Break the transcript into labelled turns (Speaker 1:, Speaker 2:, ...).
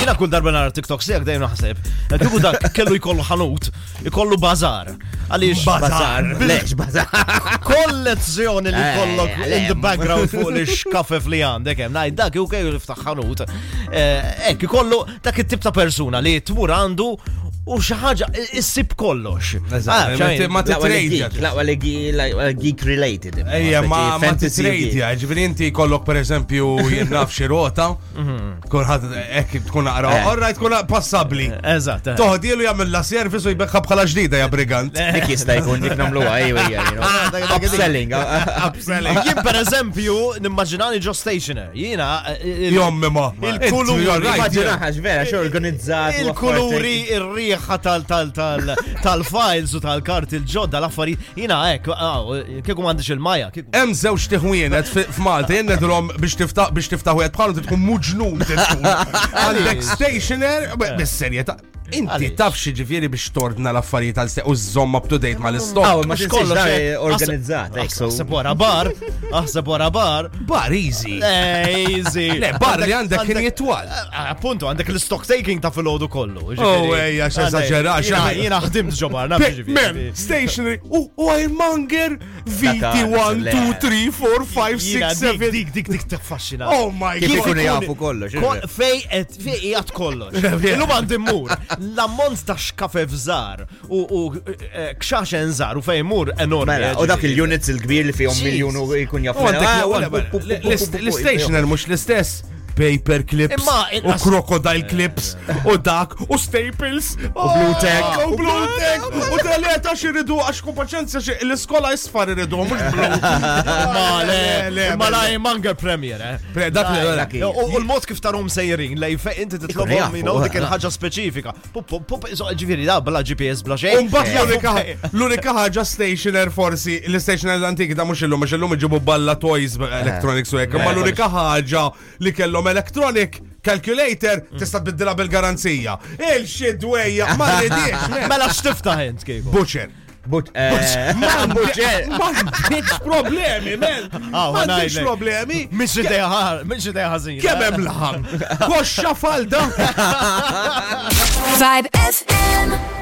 Speaker 1: Jina kull darba nara TikTok e sejak dajem naħseb. Tiku dak kellu jkollu ħanut, jkollu bazar. Għalix
Speaker 2: Bazar. Lex, bazar.
Speaker 1: kollezzjoni li
Speaker 2: Eh,
Speaker 1: kollok
Speaker 2: għalem.
Speaker 1: in the background fuq li xkafef li għandek hemm ngħid dak jew kejju niftaħ ħanut. Eh, Hekk ikollu dak it-tip ta' persuna li tmur għandu u xi ħaġa issib kollox. Ah, xajn.
Speaker 3: Ma
Speaker 2: Laqwa li
Speaker 3: titrejdi.
Speaker 2: geek, laqwa li geek- laqwa li geek related. imma,
Speaker 3: Ejja, ma
Speaker 2: speċi
Speaker 3: ma
Speaker 2: fantasy
Speaker 3: titrejdi,
Speaker 2: geek.
Speaker 3: ġifiri inti kollok per eżempju jennaf xi rota, kulħadd hekk tkun naqra,
Speaker 2: Mhm. Eh.
Speaker 3: orra tkun naqra passabbli.
Speaker 1: Eżatt. eh.
Speaker 3: Toħdilu jagħmel la servis u jbeħħa bħala ġdida ja brigant.
Speaker 2: Dik jista' jkun dik nagħmluha ejja, ejja, you know.
Speaker 1: Ah, dak- dak- dak-
Speaker 2: Upselling. ah, ah,
Speaker 3: Upselling.
Speaker 1: Jien per eżempju nimmaġinani ġo stationer. Jiena eh, il-
Speaker 3: Jommi ma.
Speaker 1: Il-kuluri,
Speaker 3: Il-kuluri.
Speaker 2: Immaġinaħax vera, xi organizzat. u
Speaker 1: il-kuluri, ir-riħa tal tal tal tal-files u tal-kart il-ġodda l-affarijiet. Jiena hekk, kieku m'għandix il-maja. kieku-
Speaker 3: Hemm żewġ tiħwienet fi- f'Malta, jien nedilhom biex tiftaħ biex tiftaħ wieħed bħalu tkun muġnun tkun. Għandek stationer
Speaker 2: Eh.
Speaker 3: bis-serjetà. Inti
Speaker 1: Għaliex?
Speaker 3: taf xi ġifieri biex tordna l-affarijiet għal u żomm up to
Speaker 2: affarijiet.
Speaker 3: date mal-istok.
Speaker 2: Aw, ma
Speaker 1: Mhux
Speaker 2: tinsiex
Speaker 1: kollox
Speaker 2: da
Speaker 1: hekk.
Speaker 2: organizzat. hekk, so-
Speaker 1: Aħseb wara bar, aħseb wara bar.
Speaker 3: Bar easy.
Speaker 1: Easy.
Speaker 3: Le, bar li għandek kien jitwal.
Speaker 1: Ah, Appunto, għandek l-stock taking ta' fil-ħodu kollu.
Speaker 3: Oh, ejja, x'eżagġerax,
Speaker 1: Jina-
Speaker 3: ejja.
Speaker 1: Jina ħdimt ġobar, naf
Speaker 3: Pac-Man, stationary, u u Ironmonger,
Speaker 2: Dakar,
Speaker 3: VT1,
Speaker 2: le.
Speaker 3: 2, 3, 4, 5, 6, 7.
Speaker 1: Dik, dik, dik, taffaxxina.
Speaker 3: Oh my
Speaker 2: Kif ikunu
Speaker 3: god.
Speaker 2: jafu kollox.
Speaker 1: Ko-
Speaker 2: irre.
Speaker 1: Fej et fej jgħat kollox. Illum għandi mur. L-ammont ta' xkafe fżar u u, eh, kxaxen żar u fej mur enormi.
Speaker 2: Mela,
Speaker 1: eh,
Speaker 2: u dak
Speaker 1: ġifiri.
Speaker 2: il-units il-kbir li fihom
Speaker 1: Jeez.
Speaker 2: miljun u jkun jafu.
Speaker 3: U Oh, għandek
Speaker 2: Ah,
Speaker 3: l-
Speaker 2: wara,
Speaker 3: wara,
Speaker 2: bu- bu- bu- bu- bu- bu-
Speaker 3: l- L-stationer mux l-istess. Paper clips,
Speaker 1: Imma,
Speaker 3: u
Speaker 1: inqas-
Speaker 3: crocodile clips, u dak, u staples, u
Speaker 2: Blue Tech.
Speaker 3: u blue tech, u teleta xiridu, għax kumpaċenza xie l-iskola jisfar iridu, mux blue.
Speaker 1: Ma le, ma la jmanger premier, eh.
Speaker 3: Pre- dak li-
Speaker 1: Dai,
Speaker 3: dak
Speaker 2: li-
Speaker 1: U u l-mod kif tarom sejrin, lej fej inti titlobhom
Speaker 2: jafu,
Speaker 1: minn dik
Speaker 2: eh.
Speaker 1: il-ħaġa speċifika. Pup, pup, pup, so, ġifiri, da, bla GPS, bla xejn.
Speaker 3: Umbat
Speaker 1: Eh,
Speaker 3: l-unika
Speaker 1: pup,
Speaker 3: ħa- l-unika ħaġa stationer forsi, l-stationer antiki ta' mux illum, mux illum iġibu balla toys
Speaker 1: Eh.
Speaker 3: b- electronics u hekk, ma l-unika ħaġa li kellhom electronic calculator
Speaker 1: Mm.
Speaker 3: tista' tbiddilha bil-garanzija. Il-xidwejja, ma rridiex, le.
Speaker 1: Mela xtifta ħent kieku.
Speaker 3: Butcher.
Speaker 2: But, eh,
Speaker 3: Butcher. M'għandix problemi, men.
Speaker 1: Ah, ma
Speaker 3: M'għandix
Speaker 1: ngħidlek.
Speaker 3: problemi.
Speaker 1: Miex ideja ħar, miex ideja ħażin.
Speaker 3: Kemm hemm laħam. Koxxa falda.
Speaker 4: Vibe FM.